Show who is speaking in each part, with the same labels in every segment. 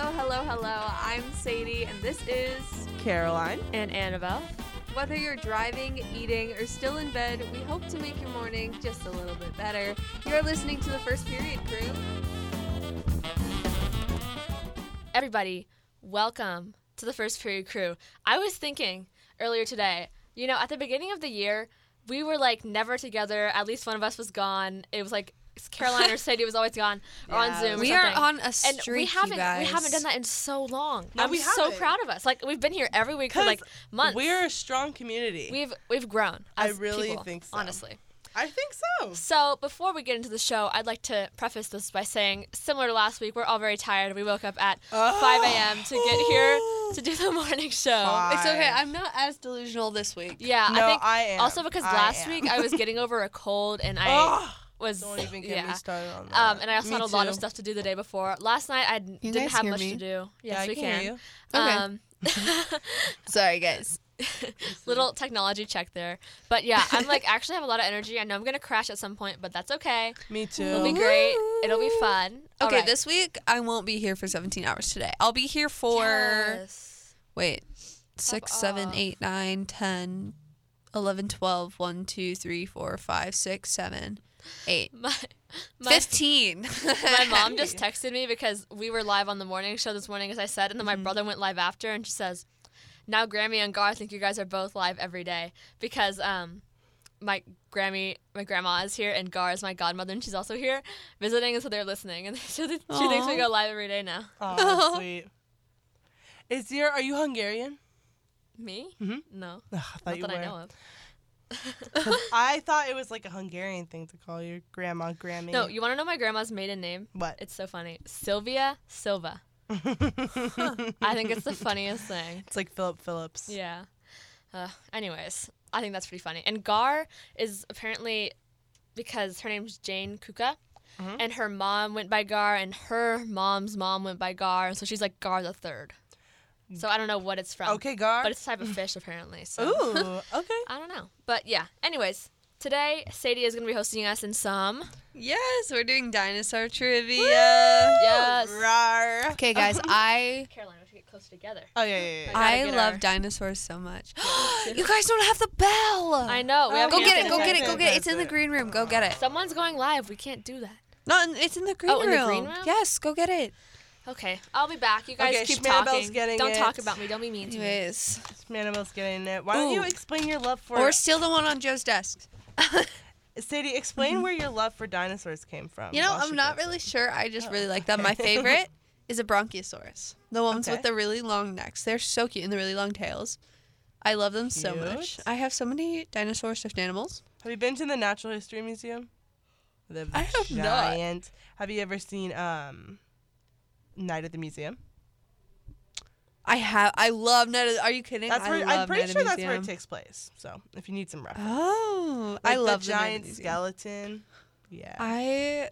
Speaker 1: hello. I'm Sadie, and this is
Speaker 2: Caroline.
Speaker 3: and Annabelle.
Speaker 1: Whether you're driving, eating, or still in bed, we hope to make your morning just a little bit better. You're listening to the First Period Crew.
Speaker 3: Everybody, welcome to the First Period Crew. I was thinking earlier today, you know, at the beginning of the year, we were like never together. At least one of us was gone. It was like Caroline or Sadie was always gone or on Zoom. or
Speaker 4: We are
Speaker 3: something.
Speaker 4: on a
Speaker 3: and
Speaker 4: streak,
Speaker 3: we haven't
Speaker 4: you guys.
Speaker 3: we haven't done that in so long.
Speaker 2: No,
Speaker 3: I'm
Speaker 2: we
Speaker 3: so
Speaker 2: haven't.
Speaker 3: proud of us. Like we've been here every week for like
Speaker 2: 'Cause
Speaker 3: months.
Speaker 2: We're a strong community.
Speaker 3: we've we've grown.
Speaker 2: I
Speaker 3: as
Speaker 2: really
Speaker 3: people,
Speaker 2: think so.
Speaker 3: Honestly.
Speaker 2: I think so.
Speaker 3: So before we get into the show, I'd like to preface this by saying, similar to last week, we're all very tired. We woke up at
Speaker 2: Oh.
Speaker 3: 5 a.m. to get here to do the morning show.
Speaker 4: It's okay. I'm not as delusional this week.
Speaker 3: Yeah,
Speaker 2: No,
Speaker 3: I think
Speaker 2: I am.
Speaker 3: also because
Speaker 2: I
Speaker 3: last
Speaker 2: am.
Speaker 3: week I was getting over a cold and I
Speaker 2: Ugh,
Speaker 3: was
Speaker 2: don't even get me
Speaker 3: yeah.
Speaker 2: started on that.
Speaker 3: Um, and I also
Speaker 2: Me
Speaker 3: had a lot of
Speaker 2: too.
Speaker 3: stuff to do the day before. Last night I n-
Speaker 4: You
Speaker 3: didn't
Speaker 4: guys
Speaker 3: have
Speaker 4: hear
Speaker 3: much
Speaker 4: me?
Speaker 3: to do. Yes,
Speaker 2: Yeah, I
Speaker 3: we
Speaker 2: can hear you.
Speaker 4: Okay.
Speaker 3: Um,
Speaker 4: Sorry, guys.
Speaker 3: little technology check there, but yeah, I'm like actually have a lot of energy. I know I'm gonna crash at some point, but that's okay.
Speaker 2: Me too.
Speaker 3: It'll be great. It'll be fun. All
Speaker 4: Okay,
Speaker 3: right.
Speaker 4: this week I won't be here for 17 hours today. I'll be here for
Speaker 3: Yes.
Speaker 4: wait, 6,
Speaker 3: Pop
Speaker 4: seven,
Speaker 3: off.
Speaker 4: eight, nine, 10, 11, 12, 1, 2, 3, 4, 5, 6, 7, 8,
Speaker 3: My, my
Speaker 4: 15.
Speaker 3: my mom just texted me because we were live on the morning show this morning, as I said, and then my
Speaker 2: Mm-hmm.
Speaker 3: brother went live after, and she says, "Now Grammy and Gar, I think you guys are both live every day because um, my Grammy, my grandma is here, and Gar is my godmother, and she's also here visiting, and so they're listening, and so that- she thinks we
Speaker 4: Aw.
Speaker 3: go live every day now.
Speaker 2: Oh, sweet. Is your? Are you Hungarian?
Speaker 3: Me?
Speaker 2: Mhm.
Speaker 3: No,
Speaker 2: Ugh, I thought
Speaker 3: not
Speaker 2: you
Speaker 3: that
Speaker 2: were.
Speaker 3: I know of.
Speaker 2: 'Cause I thought it was like a Hungarian thing to call your grandma Grammy.
Speaker 3: No, you want to know my grandma's maiden name?
Speaker 2: what?
Speaker 3: It's so funny, Sylvia Silva. I think it's the funniest thing.
Speaker 2: It's like Philip Phillips.
Speaker 3: Yeah. Uh, anyways, I think that's pretty funny. And Gar is apparently because her name's Jane Kuka,
Speaker 2: Mhm.
Speaker 3: and her mom went by Gar, and her mom's mom went by Gar, so she's like Gar the third. So I don't know what it's from.
Speaker 2: Okay, Gar.
Speaker 3: But it's a type of fish apparently. So
Speaker 2: Ooh. Okay.
Speaker 3: I don't know. But yeah. Anyways, today Sadie is gonna be hosting us in some.
Speaker 4: yes, we're doing dinosaur trivia.
Speaker 3: Yes.
Speaker 2: Rar.
Speaker 4: Okay, guys, I
Speaker 3: Caroline, we should get closer together.
Speaker 2: Oh yeah, yeah, yeah.
Speaker 3: gotta
Speaker 4: I
Speaker 3: get
Speaker 4: love
Speaker 3: her.
Speaker 4: dinosaurs so much. you guys don't have the bell.
Speaker 3: I know. We
Speaker 2: Oh,
Speaker 3: have
Speaker 4: Go
Speaker 2: Yeah,
Speaker 4: get
Speaker 2: that's
Speaker 4: it. Go
Speaker 2: it,
Speaker 4: get it.
Speaker 2: that's
Speaker 4: Go
Speaker 2: it,
Speaker 4: get it. It's in the
Speaker 2: that's it.
Speaker 4: green room. Go get it.
Speaker 3: Someone's going live. We can't do that.
Speaker 4: No, in- it's in the green
Speaker 3: Oh, in
Speaker 4: room. Mm-hmm.
Speaker 3: the green room?
Speaker 4: Yes, go get it.
Speaker 3: Okay, I'll be back. You guys
Speaker 2: Okay,
Speaker 3: keep
Speaker 2: Schmanabelle's
Speaker 3: talking.
Speaker 2: getting
Speaker 3: Don't
Speaker 2: it.
Speaker 3: talk about me. Don't be mean to me.
Speaker 4: Anyways,
Speaker 2: Manimal's getting it. Why don't you
Speaker 4: Ooh.
Speaker 2: explain your love for?
Speaker 4: or steal the one on Joe's desk.
Speaker 2: Sadie, explain where your love for dinosaurs came from.
Speaker 4: Mm-hmm. You know,
Speaker 2: while she
Speaker 4: I'm not
Speaker 2: does it.
Speaker 4: really sure. I just
Speaker 2: Oh,
Speaker 4: really like them. My
Speaker 2: okay.
Speaker 4: favorite is a Bronchiosaurus. The ones
Speaker 2: Okay.
Speaker 4: with the really long necks. They're so cute and the really long tails. I love them so much.
Speaker 2: Cute.
Speaker 4: I have so many dinosaur stuffed animals.
Speaker 2: Have you been to the Natural History Museum? The
Speaker 4: I have not.
Speaker 2: giant. Have you ever seen um, Night at the Museum?
Speaker 4: I have. I love Night. of the- Are you kidding?
Speaker 2: That's
Speaker 4: I
Speaker 2: where I'm
Speaker 4: love
Speaker 2: pretty
Speaker 4: Night of
Speaker 2: sure
Speaker 4: the
Speaker 2: that's where it
Speaker 4: Museum.
Speaker 2: takes place. So if you need some reference,
Speaker 4: Oh, I
Speaker 2: Like
Speaker 4: love
Speaker 2: the
Speaker 4: the Night of
Speaker 2: giant
Speaker 4: the Museum.
Speaker 2: skeleton. Yeah,
Speaker 4: I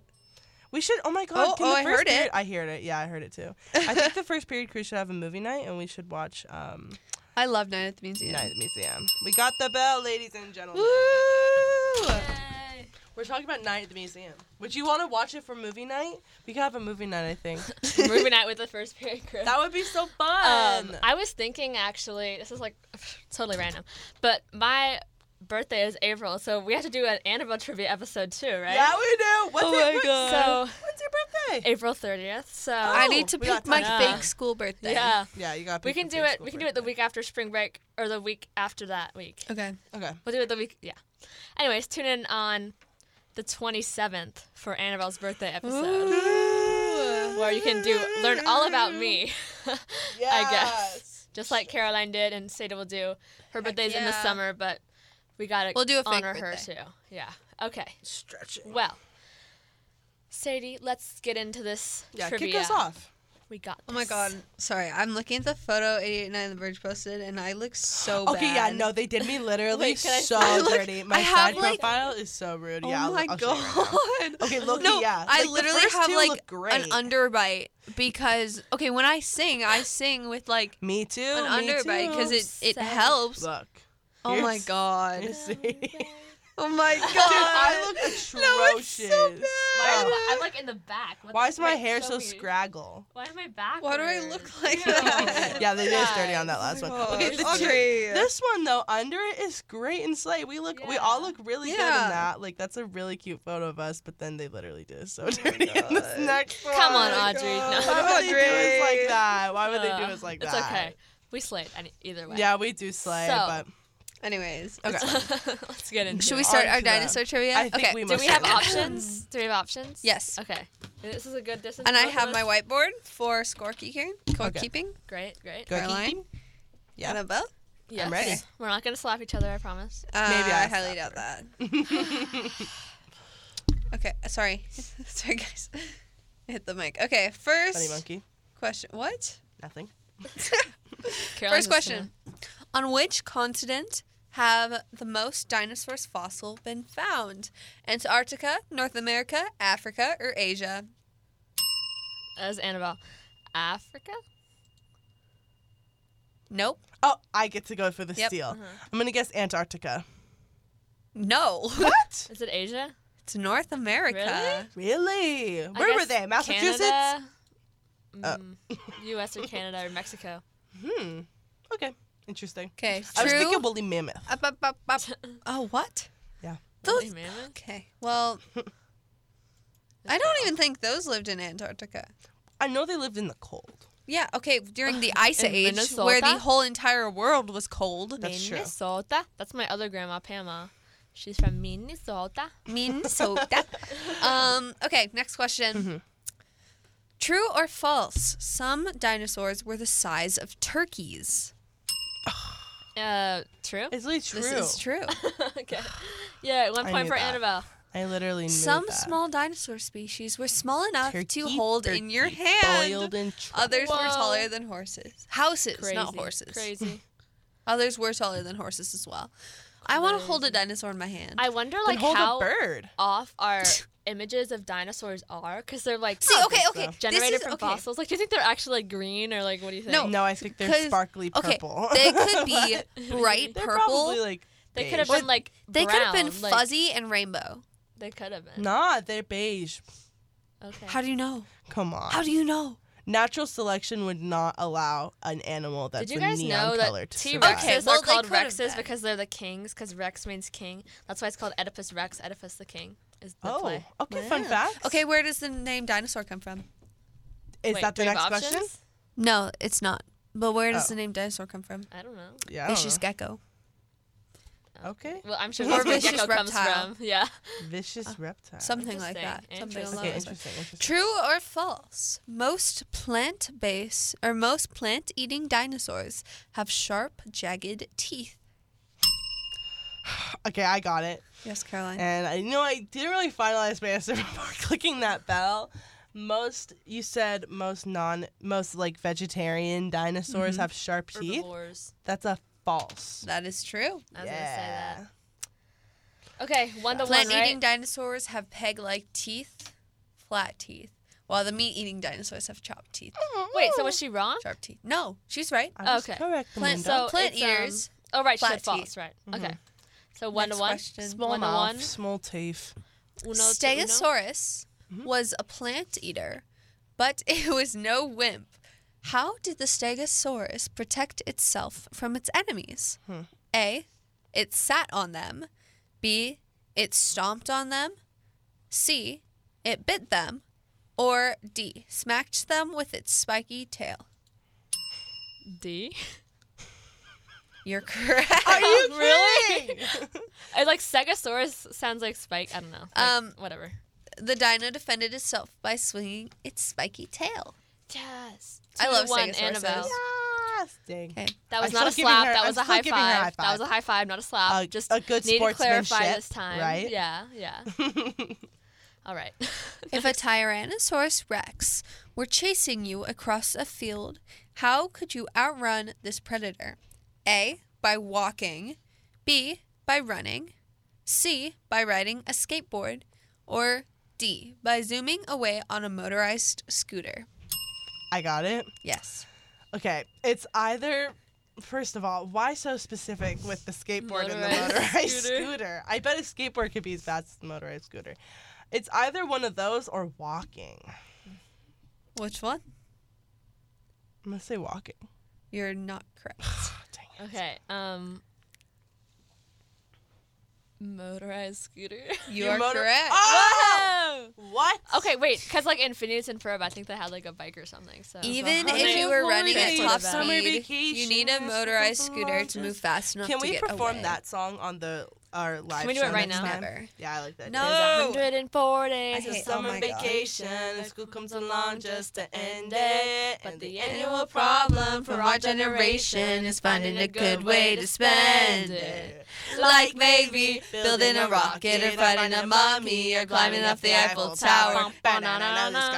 Speaker 2: we should. Oh my god!
Speaker 4: Oh,
Speaker 2: can
Speaker 4: oh,
Speaker 2: the
Speaker 4: I
Speaker 2: first
Speaker 4: heard
Speaker 2: period,
Speaker 4: it.
Speaker 2: I heard it. Yeah, I heard it too. I think the first period crew should have a movie night, and we should watch um,
Speaker 4: I love Night at the Museum.
Speaker 2: Night at the Museum. um, We got the bell, ladies and gentlemen.
Speaker 4: Woo!
Speaker 3: Yay.
Speaker 2: We're talking about Night at the Museum. Would you want to watch it for movie night? We could have a movie night, I think.
Speaker 3: Moving out with the first period crew.
Speaker 2: that would be so fun.
Speaker 3: Um, I was thinking actually, this is like totally random, but my birthday is April, so we have to do an Annabelle trivia episode too, right?
Speaker 2: Yeah, we do. What's
Speaker 4: Oh
Speaker 2: your
Speaker 4: my
Speaker 2: what's-
Speaker 4: God.
Speaker 3: So
Speaker 2: when's your birthday?
Speaker 3: April thirtieth. So
Speaker 4: I
Speaker 2: Oh,
Speaker 4: need to
Speaker 2: we got
Speaker 4: pick my
Speaker 3: time.
Speaker 4: fake school birthday.
Speaker 3: yeah,
Speaker 2: Yeah, you got.
Speaker 3: we can do it. We can do it the week after spring break or the week after that week.
Speaker 4: Okay.
Speaker 2: Okay.
Speaker 3: We'll do it the week. Yeah. Anyways, tune in on the twenty seventh for Annabelle's birthday episode. Where you can do learn all about me, I guess, just like Caroline did, and Seda will do. Her birthday's in the
Speaker 4: yeah.
Speaker 3: summer, but we gotta
Speaker 4: We'll do a fake
Speaker 3: honor her too.
Speaker 4: birthday.
Speaker 3: Yeah. Okay.
Speaker 2: Stretching.
Speaker 3: Well, Sadie, let's get into this
Speaker 2: yeah,
Speaker 3: trivia.
Speaker 2: kick us off.
Speaker 3: We got.
Speaker 4: Oh my
Speaker 3: this.
Speaker 4: god. Sorry, I'm looking at the photo 889 The Verge posted, and I look so bad.
Speaker 2: Okay, yeah, no, they did me literally
Speaker 3: Wait, can I-
Speaker 2: so
Speaker 4: I look-
Speaker 2: dirty. My
Speaker 4: I have,
Speaker 2: side
Speaker 4: like-
Speaker 2: profile is so rude.
Speaker 4: Oh
Speaker 2: yeah, I'll-
Speaker 4: my
Speaker 2: I'll show you right now.
Speaker 4: god.
Speaker 2: Okay, look,
Speaker 4: no,
Speaker 2: yeah.
Speaker 4: I
Speaker 2: Like, the
Speaker 4: literally
Speaker 2: first
Speaker 4: have
Speaker 2: two
Speaker 4: like
Speaker 2: look great.
Speaker 4: an underbite because okay, when I sing, I sing with like
Speaker 2: Oh, Me too.
Speaker 4: an underbite because it it
Speaker 3: Sad.
Speaker 4: helps.
Speaker 2: Look.
Speaker 4: Oh
Speaker 2: Here's-
Speaker 4: my god.
Speaker 2: here's Sadie.
Speaker 4: Oh my god.
Speaker 2: Dude, I look
Speaker 4: No, it's
Speaker 2: atrocious.
Speaker 4: so
Speaker 3: Why am
Speaker 4: bad.
Speaker 3: I- I'm like in the back. What
Speaker 2: Why
Speaker 3: the
Speaker 2: is my
Speaker 3: frick?
Speaker 2: hair so
Speaker 3: Show me.
Speaker 2: scraggle?
Speaker 3: Why am I back?
Speaker 4: Why do I look like that?
Speaker 2: yeah, they did dirty on that last one. Okay,
Speaker 4: Oh Gosh.
Speaker 2: the
Speaker 4: Audrey.
Speaker 2: tree. This one though, under it is great and slay. We look, we all
Speaker 3: Yeah.
Speaker 2: look really good
Speaker 4: Yeah.
Speaker 2: in that. Like that's a really cute photo of us. But then they literally did us so dirty in this
Speaker 4: God.
Speaker 2: next one.
Speaker 3: Come on,
Speaker 4: Oh my
Speaker 3: Audrey. No.
Speaker 4: God.
Speaker 2: Why would they do us like
Speaker 4: Audrey.
Speaker 2: that? Why would they do
Speaker 3: Uh,
Speaker 2: us like
Speaker 3: it's
Speaker 2: that?
Speaker 3: okay. We slayed any, either way.
Speaker 2: Yeah, we do slay,
Speaker 3: So,
Speaker 2: but
Speaker 4: Anyways,
Speaker 2: Okay.
Speaker 3: Let's get into
Speaker 4: should
Speaker 3: it.
Speaker 4: we start
Speaker 2: On
Speaker 4: our
Speaker 2: to that.
Speaker 4: dinosaur trivia?
Speaker 2: I think
Speaker 4: okay.
Speaker 2: we
Speaker 3: Do
Speaker 2: must.
Speaker 3: we have
Speaker 2: do it.
Speaker 3: options? Do we have options?
Speaker 4: Yes.
Speaker 3: Okay. This is a good distance.
Speaker 4: And I
Speaker 3: both of
Speaker 4: have my
Speaker 3: us.
Speaker 4: whiteboard for scorekeeping, scorekeeping,
Speaker 3: Great, great.
Speaker 2: Go
Speaker 4: Caroline?
Speaker 2: keep- Yeah.
Speaker 4: Annabelle.
Speaker 3: Yes.
Speaker 2: ready.
Speaker 3: We're not gonna slap each other, I promise.
Speaker 4: Uh,
Speaker 2: Maybe
Speaker 4: I
Speaker 2: I'll
Speaker 4: highly doubt
Speaker 2: stop
Speaker 4: that. Okay, uh, sorry, sorry guys, I hit the mic. Okay,
Speaker 2: Funny
Speaker 4: first
Speaker 2: monkey.
Speaker 4: question. What?
Speaker 2: Nothing.
Speaker 3: Caroline's
Speaker 4: first question: On which continent have the most dinosaurs fossil been found? Antarctica, North America, Africa, or Asia?
Speaker 3: gonna- As Annabelle, Africa.
Speaker 4: Nope.
Speaker 2: Oh, I get to go for the
Speaker 4: Yep.
Speaker 2: steal.
Speaker 3: Uh-huh.
Speaker 2: I'm gonna guess Antarctica.
Speaker 4: No.
Speaker 2: What?
Speaker 3: Is it Asia?
Speaker 4: it's North America.
Speaker 2: really?
Speaker 3: I
Speaker 2: Where were
Speaker 3: guess
Speaker 2: they? Massachusetts.
Speaker 3: Canada,
Speaker 2: Oh.
Speaker 3: mm, U.S. or Canada or Mexico.
Speaker 2: Hmm. Okay. Interesting.
Speaker 4: Okay.
Speaker 2: I was
Speaker 4: True.
Speaker 2: thinking woolly mammoth.
Speaker 4: Up, up, up, up. Oh, what?
Speaker 2: Yeah.
Speaker 4: Those.
Speaker 3: Really, man?
Speaker 4: Okay. Well, I don't even think those lived in Antarctica.
Speaker 2: I know they lived in the cold.
Speaker 4: Yeah. Okay. During the ice
Speaker 3: In
Speaker 4: age, where the
Speaker 3: Minnesota?
Speaker 4: whole entire world was cold.
Speaker 2: That's true.
Speaker 3: Minnesota. That's my other grandma, Pama. She's from Minnesota.
Speaker 4: Minnesota. um. Okay. Next question. True or false? Some dinosaurs were the size of turkeys.
Speaker 3: Uh, true.
Speaker 2: It's really true.
Speaker 4: This is true.
Speaker 3: okay. Yeah, one
Speaker 2: I
Speaker 3: point
Speaker 2: knew
Speaker 3: for
Speaker 2: that.
Speaker 3: Annabelle.
Speaker 2: I literally knew
Speaker 4: Some
Speaker 2: that.
Speaker 4: small dinosaur species were small enough to
Speaker 2: Turkey,
Speaker 4: hold in your hand.
Speaker 2: boiled and tri-
Speaker 4: Others were
Speaker 3: Whoa.
Speaker 4: taller than horses. Houses,
Speaker 3: Crazy.
Speaker 4: not horses.
Speaker 3: Crazy.
Speaker 4: Others were taller than horses as well. I want to hold a dinosaur in my hand.
Speaker 3: I wonder
Speaker 2: Then
Speaker 3: like
Speaker 2: hold
Speaker 3: how
Speaker 2: a bird.
Speaker 3: off our images of dinosaurs are because they're like
Speaker 4: See, okay,
Speaker 2: think
Speaker 4: okay.
Speaker 2: so.
Speaker 4: this
Speaker 3: generated
Speaker 4: is-
Speaker 3: from
Speaker 4: okay.
Speaker 3: fossils. Like, do you think they're actually like green or like what do you think?
Speaker 4: No.
Speaker 2: No, I think they're
Speaker 4: 'Cause-
Speaker 2: sparkly
Speaker 4: Oh, Okay,
Speaker 2: purple.
Speaker 4: they could be bright
Speaker 2: They're
Speaker 4: purple.
Speaker 2: probably like
Speaker 3: they could have
Speaker 2: beige.
Speaker 3: been like
Speaker 4: they could have been
Speaker 3: brown, like-
Speaker 4: fuzzy and rainbow.
Speaker 3: They could have been.
Speaker 2: Nah, they're beige.
Speaker 3: Okay.
Speaker 4: How do you know?
Speaker 2: Come on.
Speaker 4: How do you know?
Speaker 2: Natural selection would not allow an animal that's
Speaker 3: Did you
Speaker 2: a
Speaker 3: guys
Speaker 2: neon
Speaker 3: know
Speaker 2: color
Speaker 3: that
Speaker 2: to
Speaker 3: T
Speaker 2: survive.
Speaker 3: Rexes
Speaker 4: Okay,
Speaker 3: are
Speaker 4: well, they
Speaker 3: called
Speaker 4: could have
Speaker 3: Rexes
Speaker 4: been.
Speaker 3: because they're the kings? Because Rex means king. That's why it's called Oedipus Rex. Oedipus the king is the
Speaker 2: Oh,
Speaker 3: play.
Speaker 2: okay. Fun
Speaker 4: Wow.
Speaker 2: fact.
Speaker 4: Okay, where does the name dinosaur come from?
Speaker 2: is
Speaker 3: Wait,
Speaker 2: that the
Speaker 3: do we
Speaker 2: next
Speaker 3: have
Speaker 2: question?
Speaker 3: options?
Speaker 4: No, it's not. But where does
Speaker 2: Oh.
Speaker 4: the name dinosaur come from?
Speaker 3: I don't know.
Speaker 2: Yeah. I don't
Speaker 4: Vicious
Speaker 2: know.
Speaker 3: Oh,
Speaker 4: gecko.
Speaker 2: Okay.
Speaker 3: Well, I'm sure
Speaker 4: Or
Speaker 3: that's where
Speaker 4: vicious
Speaker 3: gecko comes
Speaker 4: reptile.
Speaker 3: from. Yeah.
Speaker 2: Vicious reptile.
Speaker 4: Something like that.
Speaker 3: Interesting,
Speaker 4: Something along
Speaker 2: Okay.
Speaker 4: those lines.
Speaker 2: Interesting. Interesting.
Speaker 4: True or false? Most plant based or most plant eating dinosaurs have sharp, jagged teeth.
Speaker 2: Okay, I got it.
Speaker 4: Yes, Caroline.
Speaker 2: And I know I didn't really finalize my answer before clicking that bell. Most you said most non most like vegetarian dinosaurs
Speaker 3: Mm-hmm.
Speaker 2: have sharp teeth.
Speaker 3: Herbivores.
Speaker 2: That's a false.
Speaker 4: That is true.
Speaker 3: I was
Speaker 2: yeah.
Speaker 3: gonna say that. Okay, one to
Speaker 4: Plant
Speaker 3: one,
Speaker 4: eating
Speaker 3: right?
Speaker 4: dinosaurs have peg like teeth, flat teeth, while the meat eating dinosaurs have chopped teeth.
Speaker 3: Wait, so was she wrong?
Speaker 4: Sharp teeth. No, she's right.
Speaker 2: I was
Speaker 3: Okay.
Speaker 2: Correct.
Speaker 4: Plant-
Speaker 2: Amanda.
Speaker 4: so- plant
Speaker 3: it's, um,
Speaker 4: eaters,
Speaker 3: oh right, she
Speaker 4: flat
Speaker 3: said false, right? Okay. So
Speaker 4: Mm-hmm. Next
Speaker 3: one to one.
Speaker 4: question.
Speaker 3: Small
Speaker 2: small
Speaker 3: one
Speaker 2: mouth,
Speaker 3: to
Speaker 2: small teeth.
Speaker 3: one. Uno to uno?
Speaker 4: Stegosaurus
Speaker 2: Mm-hmm.
Speaker 4: was a plant eater, but it was no wimp. How did the Stegosaurus protect itself from its enemies?
Speaker 2: Hmm.
Speaker 4: A. It sat on them. B. It stomped on them. C. It bit them. Or D. Smacked them with its spiky tail.
Speaker 3: D.
Speaker 4: You're correct.
Speaker 2: Are you
Speaker 3: Really?
Speaker 2: kidding?
Speaker 3: I like Stegosaurus sounds like Spike. I don't know. Like,
Speaker 4: Um,
Speaker 3: whatever.
Speaker 4: the dino defended itself by swinging its spiky tail.
Speaker 3: Yes.
Speaker 4: I
Speaker 3: Two
Speaker 4: love
Speaker 3: to one
Speaker 4: Stegosauruses.
Speaker 3: Annabelle.
Speaker 2: yes. Dang.
Speaker 4: Okay.
Speaker 3: That was
Speaker 2: I'm
Speaker 3: not a
Speaker 2: still giving
Speaker 3: slap.
Speaker 2: her-
Speaker 3: that
Speaker 2: I'm
Speaker 3: was a
Speaker 2: still
Speaker 3: high
Speaker 2: giving her a
Speaker 3: five.
Speaker 2: high
Speaker 3: That was a
Speaker 2: five.
Speaker 3: high five, not a slap.
Speaker 2: Uh,
Speaker 3: Just
Speaker 2: a good
Speaker 3: need to clarify
Speaker 2: sportsmanship,
Speaker 3: this time.
Speaker 2: right?
Speaker 3: Yeah. Yeah. All right.
Speaker 4: If a Tyrannosaurus Rex were chasing you across a field, how could you outrun this predator? A. By walking. B. By running. C. By riding a skateboard. Or D. By zooming away on a motorized scooter.
Speaker 2: I got it.
Speaker 4: Yes.
Speaker 2: Okay, it's either First of all, why so specific with the skateboard and the
Speaker 3: Motorized
Speaker 2: motorized
Speaker 3: scooter.
Speaker 2: scooter? I bet a skateboard could be as fast as a motorized scooter. It's either one of those or walking.
Speaker 4: Which one?
Speaker 2: I'm gonna say walking.
Speaker 4: You're not correct.
Speaker 2: Dang it.
Speaker 3: Okay. Um. Motorized scooter.
Speaker 4: You
Speaker 2: Your
Speaker 4: are
Speaker 2: motor-
Speaker 4: correct.
Speaker 2: Oh!
Speaker 3: Oh!
Speaker 2: What?
Speaker 3: Okay, wait, because like in Phineas and Ferb, I think they had like a bike or something. So
Speaker 4: Even
Speaker 2: holiday
Speaker 4: if you
Speaker 2: of
Speaker 4: were running at
Speaker 3: holidays.
Speaker 4: top
Speaker 3: Summer
Speaker 4: speed, you need a
Speaker 2: vacations,
Speaker 4: motorized
Speaker 2: something
Speaker 4: scooter
Speaker 2: like
Speaker 4: to
Speaker 2: this.
Speaker 4: move fast enough
Speaker 2: Can
Speaker 4: to
Speaker 2: we
Speaker 4: get
Speaker 2: perform
Speaker 4: away.
Speaker 2: that song on the our live
Speaker 3: we do
Speaker 2: show
Speaker 3: it right
Speaker 2: next
Speaker 3: now?
Speaker 2: time?
Speaker 4: Never.
Speaker 2: Yeah, I like that.
Speaker 4: No.
Speaker 2: idea.
Speaker 3: There's 104 days
Speaker 4: I
Speaker 3: of
Speaker 4: hate- oh
Speaker 3: summer
Speaker 4: my God.
Speaker 3: vacation. and School comes along just to end it. But the annual problem for our generation is finding a good way to spend it.
Speaker 4: Like maybe building a rocket or fighting a mummy or climbing up the Eiffel Tower.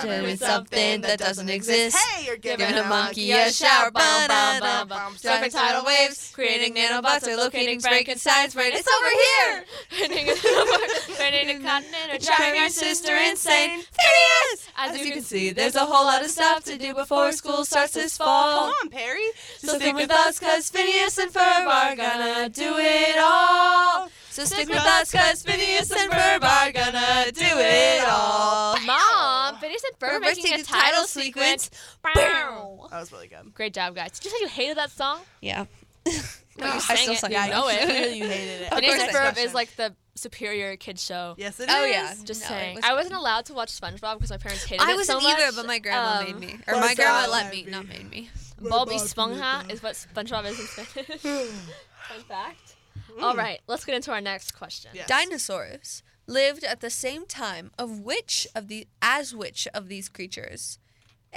Speaker 4: Doing something that doesn't exist.
Speaker 2: Hey, you're
Speaker 3: Giving
Speaker 2: giving
Speaker 3: a monkey a shower. Bum, bum, bum, bum. Surfing tidal waves. Creating nanobots or locating Frankenstein's brain. It's over here! Turning it over, turning a continent or driving our sister insane.
Speaker 4: Phineas!
Speaker 3: As, you, can see, there's a whole lot of stuff to do before school starts this fall.
Speaker 2: Come
Speaker 4: Oh.
Speaker 2: on, Perry.
Speaker 3: So stick with us, cause Phineas and Ferb are gonna do it all.
Speaker 4: So
Speaker 3: Stick with us, cause Phineas and Ferb are gonna do it all. Mom, Phineas and
Speaker 4: Ferb making a title sequence. Bow.
Speaker 2: That was really good.
Speaker 3: Great job, guys. Did you say you hated that song?
Speaker 4: Yeah.
Speaker 3: But you
Speaker 4: I
Speaker 3: sang
Speaker 4: still
Speaker 3: it.
Speaker 4: sang
Speaker 3: You
Speaker 4: it.
Speaker 3: know
Speaker 2: I
Speaker 3: it.
Speaker 2: knew you hated it.
Speaker 4: Of
Speaker 3: Phineas
Speaker 4: course
Speaker 3: and
Speaker 4: I
Speaker 3: Ferb
Speaker 4: did.
Speaker 3: is like the superior kid show.
Speaker 2: Yes, it is.
Speaker 4: Oh, yeah.
Speaker 3: Just
Speaker 4: No, it
Speaker 3: saying.
Speaker 4: was
Speaker 3: I wasn't allowed to watch SpongeBob because my parents hated
Speaker 4: I
Speaker 3: it so
Speaker 4: wasn't
Speaker 3: much.
Speaker 4: either, but my grandma
Speaker 3: Um,
Speaker 4: made me. Or
Speaker 2: Well,
Speaker 4: my
Speaker 2: it's
Speaker 4: grandma
Speaker 2: all
Speaker 4: let
Speaker 2: happy.
Speaker 4: me, not made me.
Speaker 3: Bulby
Speaker 2: Bob
Speaker 3: Sponja
Speaker 2: Newton.
Speaker 3: is what SpongeBob is in Spanish. Fun fact. All right, let's get into our next question.
Speaker 2: Yes.
Speaker 4: Dinosaurs lived at the same time of which of the as which of these creatures?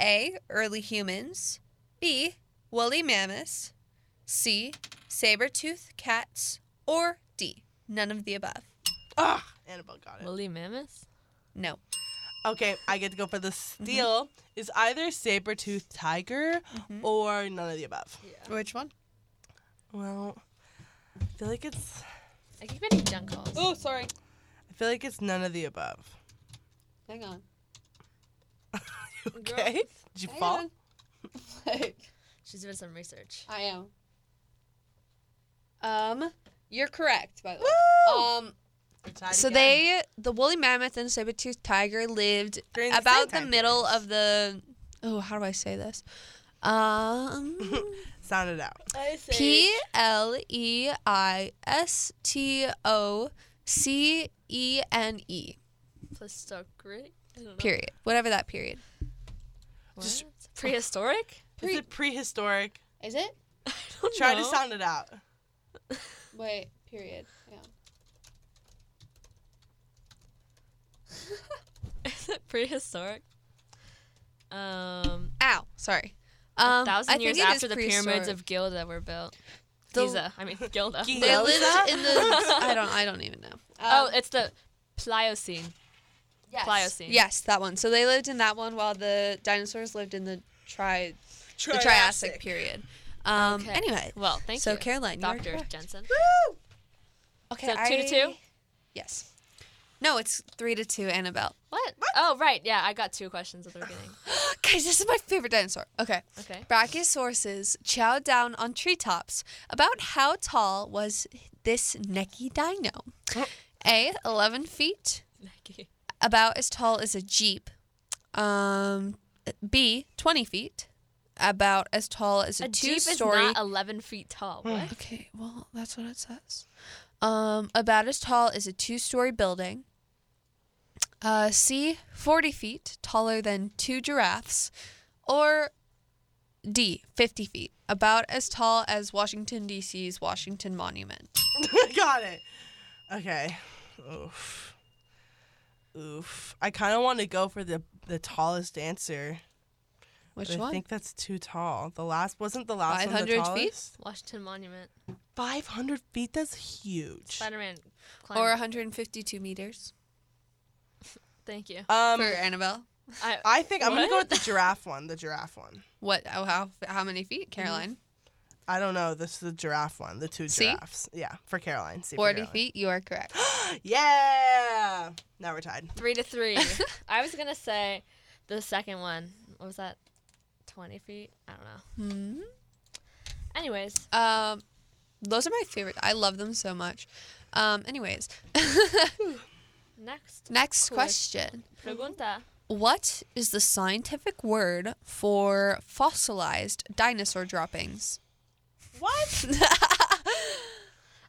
Speaker 4: A. Early humans. B. Woolly mammoths. C. Saber-toothed cats. Or D. None of the above.
Speaker 2: Ugh, Ah, Annabelle got it.
Speaker 3: Woolly mammoths?
Speaker 4: No.
Speaker 2: Okay, I get to go for the
Speaker 4: Mm-hmm.
Speaker 2: steal. Is either saber toothed tiger
Speaker 4: Mm-hmm.
Speaker 2: or none of the above.
Speaker 4: Which one?
Speaker 2: Well, I feel like it's
Speaker 3: I keep getting junk calls.
Speaker 4: Oh, sorry.
Speaker 2: I feel like it's none of the above.
Speaker 4: Hang on.
Speaker 2: Okay. Did you fall?
Speaker 3: She's doing some research.
Speaker 4: I am. Um, you're correct, by the way. Um, so they, the woolly mammoth and saber-toothed tiger lived
Speaker 2: During the
Speaker 4: about
Speaker 2: same
Speaker 4: the
Speaker 2: time
Speaker 4: middle of the. Oh, how do I say this? Um,
Speaker 2: sound it out.
Speaker 3: I
Speaker 4: P L E I S T O C E N E.
Speaker 3: Prehistoric?
Speaker 4: Period. Whatever that period.
Speaker 3: Just prehistoric?
Speaker 2: Is it prehistoric?
Speaker 4: Is it?
Speaker 3: I don't
Speaker 2: Try to
Speaker 3: know.
Speaker 2: sound it out.
Speaker 4: Wait. Period. Yeah.
Speaker 3: Is it prehistoric? Um,
Speaker 4: Ow. Sorry. Um, I
Speaker 3: thousand
Speaker 4: think
Speaker 3: years
Speaker 4: it is
Speaker 3: after the pyramids
Speaker 4: prehistoric.
Speaker 3: of Gilda were built.
Speaker 4: The-
Speaker 3: Giza, I mean Gilda.
Speaker 2: Giza.
Speaker 4: They
Speaker 2: Well, is that-
Speaker 4: lived in the. I don't. I don't even know.
Speaker 3: oh,
Speaker 4: Um,
Speaker 3: it's the Pliocene.
Speaker 4: yes.
Speaker 3: Pliocene.
Speaker 4: Yes, that one. So they lived in that one while the dinosaurs lived in the tri the Triassic period. Um.
Speaker 3: Okay.
Speaker 4: Anyway.
Speaker 3: Well, thank
Speaker 4: so
Speaker 3: you,
Speaker 4: Caroline, you are
Speaker 3: Doctor
Speaker 4: correct.
Speaker 3: Jensen.
Speaker 4: Okay.
Speaker 3: So two to two.
Speaker 4: Yes. No, it's three to two. Annabelle.
Speaker 3: What? Oh, right. Yeah, I got two questions at the beginning.
Speaker 4: Guys, this is my favorite dinosaur. Okay.
Speaker 3: Okay.
Speaker 4: Brachiosauruses chowed down on treetops. About how tall was this necky dino? A, 11 feet,
Speaker 3: Maggie.
Speaker 4: about as tall as a jeep. Um, B, 20 feet, about as tall as a,
Speaker 3: A jeep is
Speaker 4: two-story.
Speaker 3: not eleven feet tall.
Speaker 4: Hmm.
Speaker 3: What?
Speaker 4: okay, well, that's what it says. Um, about as tall as a two-story building. Uh, C, 40 feet, taller than two giraffes. Or D, 50 feet, about as tall as Washington, D.C.'s Washington Monument.
Speaker 2: Got it. Okay. Oof. Oof. I kind of want to go for the the tallest answer.
Speaker 4: Which
Speaker 2: but I
Speaker 4: one?
Speaker 2: think that's too tall. The last wasn't the last one.
Speaker 4: 500
Speaker 2: the
Speaker 4: feet?
Speaker 2: tallest?
Speaker 3: Washington Monument.
Speaker 2: Five hundred feet. That's huge.
Speaker 3: Spider-Man. Climbed.
Speaker 4: Or 152 meters
Speaker 3: thank you.
Speaker 2: Um,
Speaker 4: for Annabelle.
Speaker 3: I,
Speaker 2: I think I'm gonna go
Speaker 3: What?
Speaker 2: with the giraffe one. The giraffe one.
Speaker 4: What? Oh, how how many feet,
Speaker 2: Mm-hmm.
Speaker 4: Caroline?
Speaker 2: I don't know. This is the giraffe one. The two
Speaker 4: See?
Speaker 2: giraffes. Yeah, for Caroline. See for
Speaker 4: 40
Speaker 2: Caroline.
Speaker 4: feet. You are correct.
Speaker 2: Yeah. Now we're tied.
Speaker 3: three to three. I was gonna say the second one. What was that? Twenty feet. I don't know.
Speaker 4: Hmm?
Speaker 3: Anyways,
Speaker 4: Um, those are my favorite. I love them so much. Um, anyways,
Speaker 3: next
Speaker 4: next
Speaker 3: Cool.
Speaker 4: question.
Speaker 3: pregunta.
Speaker 4: What is the scientific word for fossilized dinosaur droppings?
Speaker 2: What?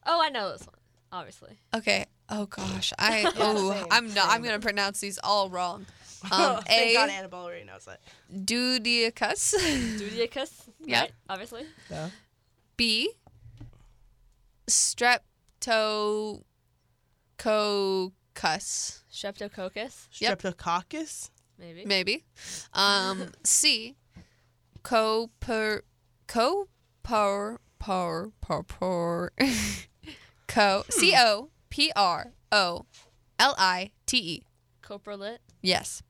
Speaker 3: Oh, I know this one. Obviously,
Speaker 4: Okay. Oh gosh. I oh
Speaker 2: same,
Speaker 4: I'm not I'm gonna pronounce these all wrong. Um,
Speaker 2: Oh, Thank God
Speaker 4: A.
Speaker 2: Annabelle already knows it.
Speaker 4: Dudicus.
Speaker 3: Dudicus.
Speaker 4: Yeah.
Speaker 3: Right? Obviously.
Speaker 2: No.
Speaker 4: B. Streptococcus.
Speaker 3: Streptococcus.
Speaker 4: Yep.
Speaker 2: Streptococcus?
Speaker 3: Maybe.
Speaker 4: Maybe. Um, C. Coper. Co. Power. Power. Power. Power.
Speaker 2: Hmm.
Speaker 4: Co. C. O. P. R. O. L. I. T. E.
Speaker 3: Coprolate.
Speaker 4: Yes.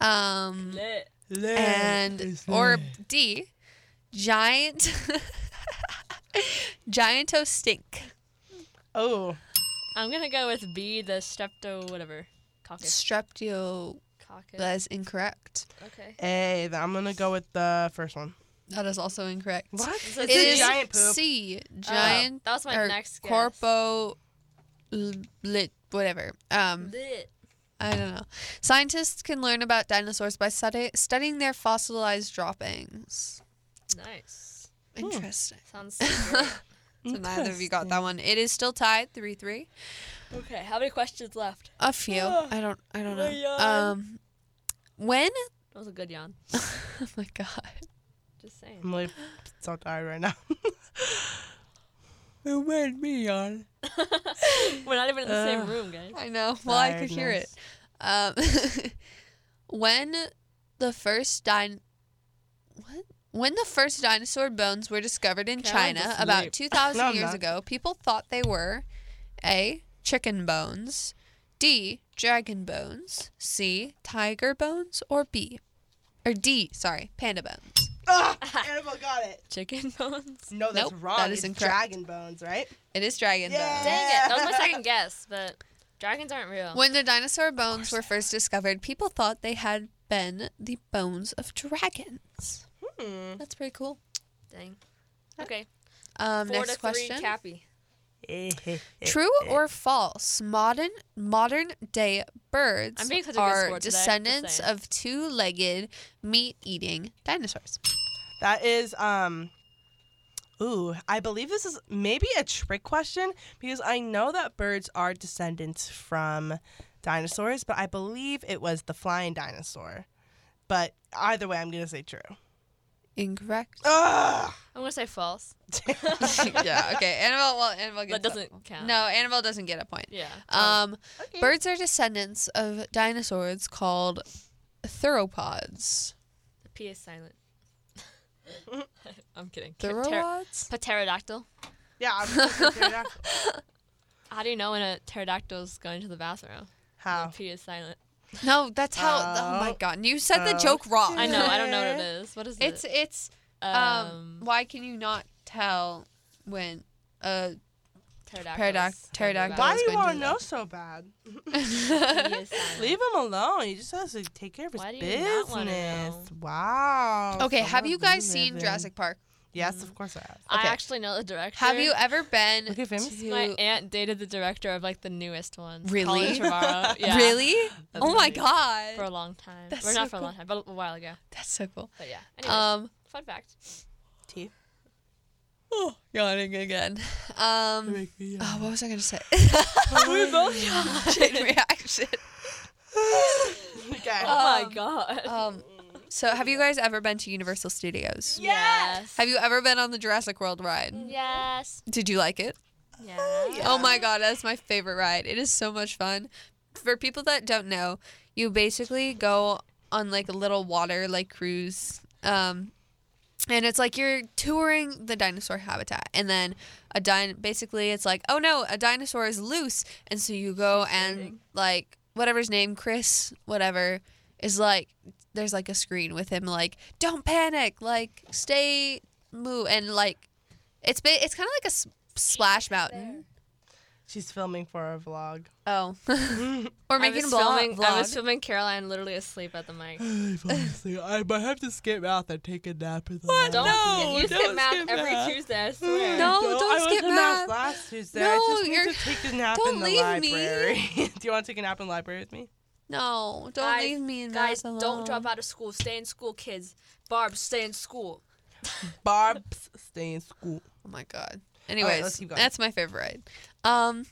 Speaker 4: Um,
Speaker 3: Lit.
Speaker 2: Lit
Speaker 4: and
Speaker 2: is
Speaker 4: or
Speaker 2: lit.
Speaker 4: D. Giant. Gianto stink.
Speaker 2: Oh,
Speaker 3: I'm gonna go with B, the strepto whatever. Caucus.
Speaker 4: Streptio.
Speaker 3: Caucus.
Speaker 4: That is incorrect.
Speaker 3: Okay.
Speaker 2: A. Then I'm gonna go with the first one.
Speaker 4: That is also incorrect.
Speaker 2: It's
Speaker 3: It
Speaker 4: It
Speaker 2: a
Speaker 4: is
Speaker 2: giant poop. Oh.
Speaker 4: C. Giant.
Speaker 3: Oh, That was my
Speaker 4: or
Speaker 3: next guess.
Speaker 4: corpo l- lit whatever um
Speaker 3: Lit.
Speaker 4: i don't know scientists can learn about dinosaurs by study- studying their fossilized droppings
Speaker 3: Nice.
Speaker 4: Hmm. interesting
Speaker 3: Sounds. so great.
Speaker 4: so neither of you got that one it is still tied 3-3
Speaker 3: okay. How many questions left?
Speaker 4: a few
Speaker 2: Oh,
Speaker 4: i don't i don't
Speaker 2: my
Speaker 4: know
Speaker 2: God.
Speaker 4: um when
Speaker 3: That was a good yawn.
Speaker 4: oh my god
Speaker 3: Just
Speaker 2: I'm
Speaker 3: saying.
Speaker 2: like so tired right now.
Speaker 4: it went me on
Speaker 3: We're not even in the same
Speaker 4: Uh.
Speaker 2: Ugh.
Speaker 3: room, guys.
Speaker 4: i know well i could hear it
Speaker 2: Tiredness.
Speaker 4: Um, when the first din what? When the first dinosaur bones were discovered in
Speaker 3: Can I
Speaker 4: China
Speaker 3: just
Speaker 4: about
Speaker 3: leave?
Speaker 4: 2,000
Speaker 2: No, I'm
Speaker 4: years
Speaker 2: not.
Speaker 4: ago, people thought they were A. Chicken bones, D. Dragon bones, C. Tiger bones, or B. Or D. Sorry, panda bones.
Speaker 2: Ah, Annabelle got it.
Speaker 3: Chicken bones.
Speaker 2: No, that's
Speaker 4: Nope,
Speaker 2: wrong.
Speaker 4: that is
Speaker 2: it's
Speaker 4: incorrect.
Speaker 2: dragon bones, right?
Speaker 4: It is dragon
Speaker 2: Yeah.
Speaker 4: bones.
Speaker 3: Dang it! That was my second guess, but dragons aren't real.
Speaker 4: When the dinosaur bones were first discovered, people thought they had been the bones of dragons.
Speaker 2: Hmm.
Speaker 4: That's pretty cool.
Speaker 3: Dang. Okay.
Speaker 4: Uh, Um,
Speaker 3: Four
Speaker 4: next
Speaker 3: to
Speaker 4: question.
Speaker 3: three. Cappy.
Speaker 4: Eh, True or false? Modern modern day birds
Speaker 3: I'm being such a good
Speaker 4: are
Speaker 3: sport today, just
Speaker 4: descendants
Speaker 3: saying.
Speaker 4: of two-legged meat-eating dinosaurs.
Speaker 2: That is um Ooh, I believe this is maybe a trick question because I know that birds are descendants from dinosaurs, but I believe it was the flying dinosaur. But either way, I'm going to say true.
Speaker 4: Incorrect.
Speaker 2: Ugh!
Speaker 3: I'm gonna say false.
Speaker 4: yeah. Okay. Annabelle. Well, Annabelle gets
Speaker 3: That doesn't count.
Speaker 4: No, Annabelle doesn't get a point.
Speaker 3: Yeah. Oh. Hmm.
Speaker 4: Um, birds are descendants of dinosaurs called theropods.
Speaker 3: The P is silent. I'm kidding. Pter-
Speaker 4: Theropods.
Speaker 3: pterodactyl.
Speaker 2: yeah, I'm gonna say pterodactyl.
Speaker 3: How do you know when a pterodactyl's going to the bathroom?
Speaker 2: How?
Speaker 4: Oh.
Speaker 3: The P is silent.
Speaker 4: No, that's how. Oh, my
Speaker 2: Oh.
Speaker 4: god! You said the
Speaker 2: Oh.
Speaker 4: joke wrong.
Speaker 3: I know. I don't know what it is. What is
Speaker 4: It's
Speaker 3: it?
Speaker 4: it's Um, why can you not tell when uh
Speaker 3: pterodactyls.
Speaker 4: pterodact- pterodactyl.
Speaker 2: Why do
Speaker 4: was
Speaker 2: you
Speaker 4: going
Speaker 2: want to
Speaker 4: to
Speaker 2: know
Speaker 4: that.
Speaker 2: so bad?
Speaker 3: P is silent.
Speaker 2: Leave him alone. He just has to take care of his
Speaker 3: Why do you not wanna
Speaker 2: business.
Speaker 3: know?
Speaker 2: Wow.
Speaker 4: Okay, have
Speaker 2: Oh, someone
Speaker 4: you guys
Speaker 2: be
Speaker 4: seen
Speaker 2: living.
Speaker 4: Jurassic Mm. Park?
Speaker 2: Yes, of course I have.
Speaker 3: I
Speaker 4: Okay.
Speaker 3: actually know the director.
Speaker 4: Have you ever been
Speaker 2: Okay, famous.
Speaker 4: to
Speaker 3: My aunt dated the director of like the newest one.
Speaker 4: Really?
Speaker 3: Colin Trevorrow. Yeah.
Speaker 4: Really? Oh my
Speaker 3: amazing.
Speaker 4: god.
Speaker 3: For a long time.
Speaker 4: That's
Speaker 3: or not
Speaker 4: so
Speaker 3: for a long time, but a while ago.
Speaker 4: That's so cool.
Speaker 3: But yeah. Anyways,
Speaker 4: Um
Speaker 3: fun fact.
Speaker 2: Tea.
Speaker 4: oh, yawning again. Um oh, what was I going to say?
Speaker 2: we both
Speaker 4: Chain reaction.
Speaker 2: Okay.
Speaker 3: oh
Speaker 4: Um,
Speaker 3: my god.
Speaker 4: Um so have you guys ever been to Universal Studios?
Speaker 3: yes.
Speaker 4: Have you ever been on the Jurassic World ride?
Speaker 3: Yes.
Speaker 4: Did you like it?
Speaker 3: Yes.
Speaker 4: Oh my god, that's my favorite ride. It is so much fun. For people that don't know, you basically go on like a little water like cruise. Um and it's like you're touring the dinosaur habitat and then a din basically it's like, "Oh no, a dinosaur is loose." And so you go and like whatever his name, Chris, whatever, is like there's like a screen with him like, "Don't panic, like stay moo." And like it's ba- it's kind of like a s- splash mountain.
Speaker 2: She's filming for our vlog.
Speaker 4: Oh. or
Speaker 3: I
Speaker 4: making a
Speaker 3: was,
Speaker 4: vlog.
Speaker 3: filming, I
Speaker 4: vlog.
Speaker 3: was filming Caroline literally asleep at the mic.
Speaker 2: I might have to skip out and take a nap. In the
Speaker 3: Don't
Speaker 2: No,
Speaker 3: you
Speaker 2: don't
Speaker 3: skip math
Speaker 2: skip
Speaker 3: every
Speaker 2: math.
Speaker 3: Tuesday. I swear.
Speaker 4: No. don't
Speaker 2: I was
Speaker 4: skip
Speaker 2: in math
Speaker 4: math.
Speaker 2: last Tuesday. I
Speaker 4: No,
Speaker 2: just need
Speaker 4: you're-
Speaker 2: to take a nap
Speaker 4: don't
Speaker 2: in the
Speaker 4: leave me.
Speaker 2: library. Do you want to take a nap in the library with me?
Speaker 4: no, don't
Speaker 3: Guys,
Speaker 4: leave me in
Speaker 3: Guys,
Speaker 4: math alone.
Speaker 3: don't drop out of school. Stay in school, kids. Barb, stay in school.
Speaker 2: Barb's stay in school.
Speaker 4: Oh my god. Anyways,
Speaker 2: let's keep going.
Speaker 4: that's my favorite. Um,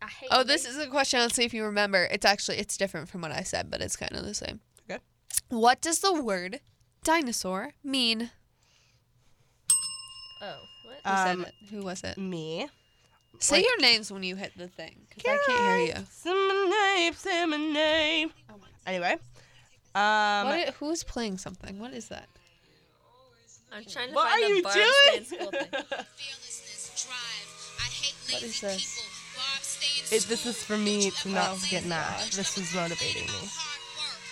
Speaker 3: I hate
Speaker 4: oh,
Speaker 3: you,
Speaker 4: this
Speaker 3: babe.
Speaker 4: is a question. Let's see if you remember. It's actually it's different from what I said, but it's kind of the same.
Speaker 2: Okay.
Speaker 4: What does the word dinosaur mean?
Speaker 3: Oh, what?
Speaker 4: Who said
Speaker 2: Um,
Speaker 4: it? Who was
Speaker 3: mm,
Speaker 4: it?
Speaker 2: Me.
Speaker 4: Say
Speaker 2: like-
Speaker 4: your names when you hit the thing. 'cause I can't hear you. Oh
Speaker 2: Say my name. Say my name. Anyway. Um,
Speaker 4: What i- who's playing something? What is that?
Speaker 3: I'm trying to
Speaker 2: what
Speaker 3: find
Speaker 2: are
Speaker 3: the
Speaker 2: you
Speaker 3: Barb stay in school
Speaker 2: doing?
Speaker 3: thing.
Speaker 5: fearlessness, drive. I hate
Speaker 4: What
Speaker 5: lazy
Speaker 4: is this?
Speaker 5: people. Bob, stay in
Speaker 2: It, this is for me to not
Speaker 4: Oh,
Speaker 2: skip math. This is motivating me.
Speaker 5: hard work.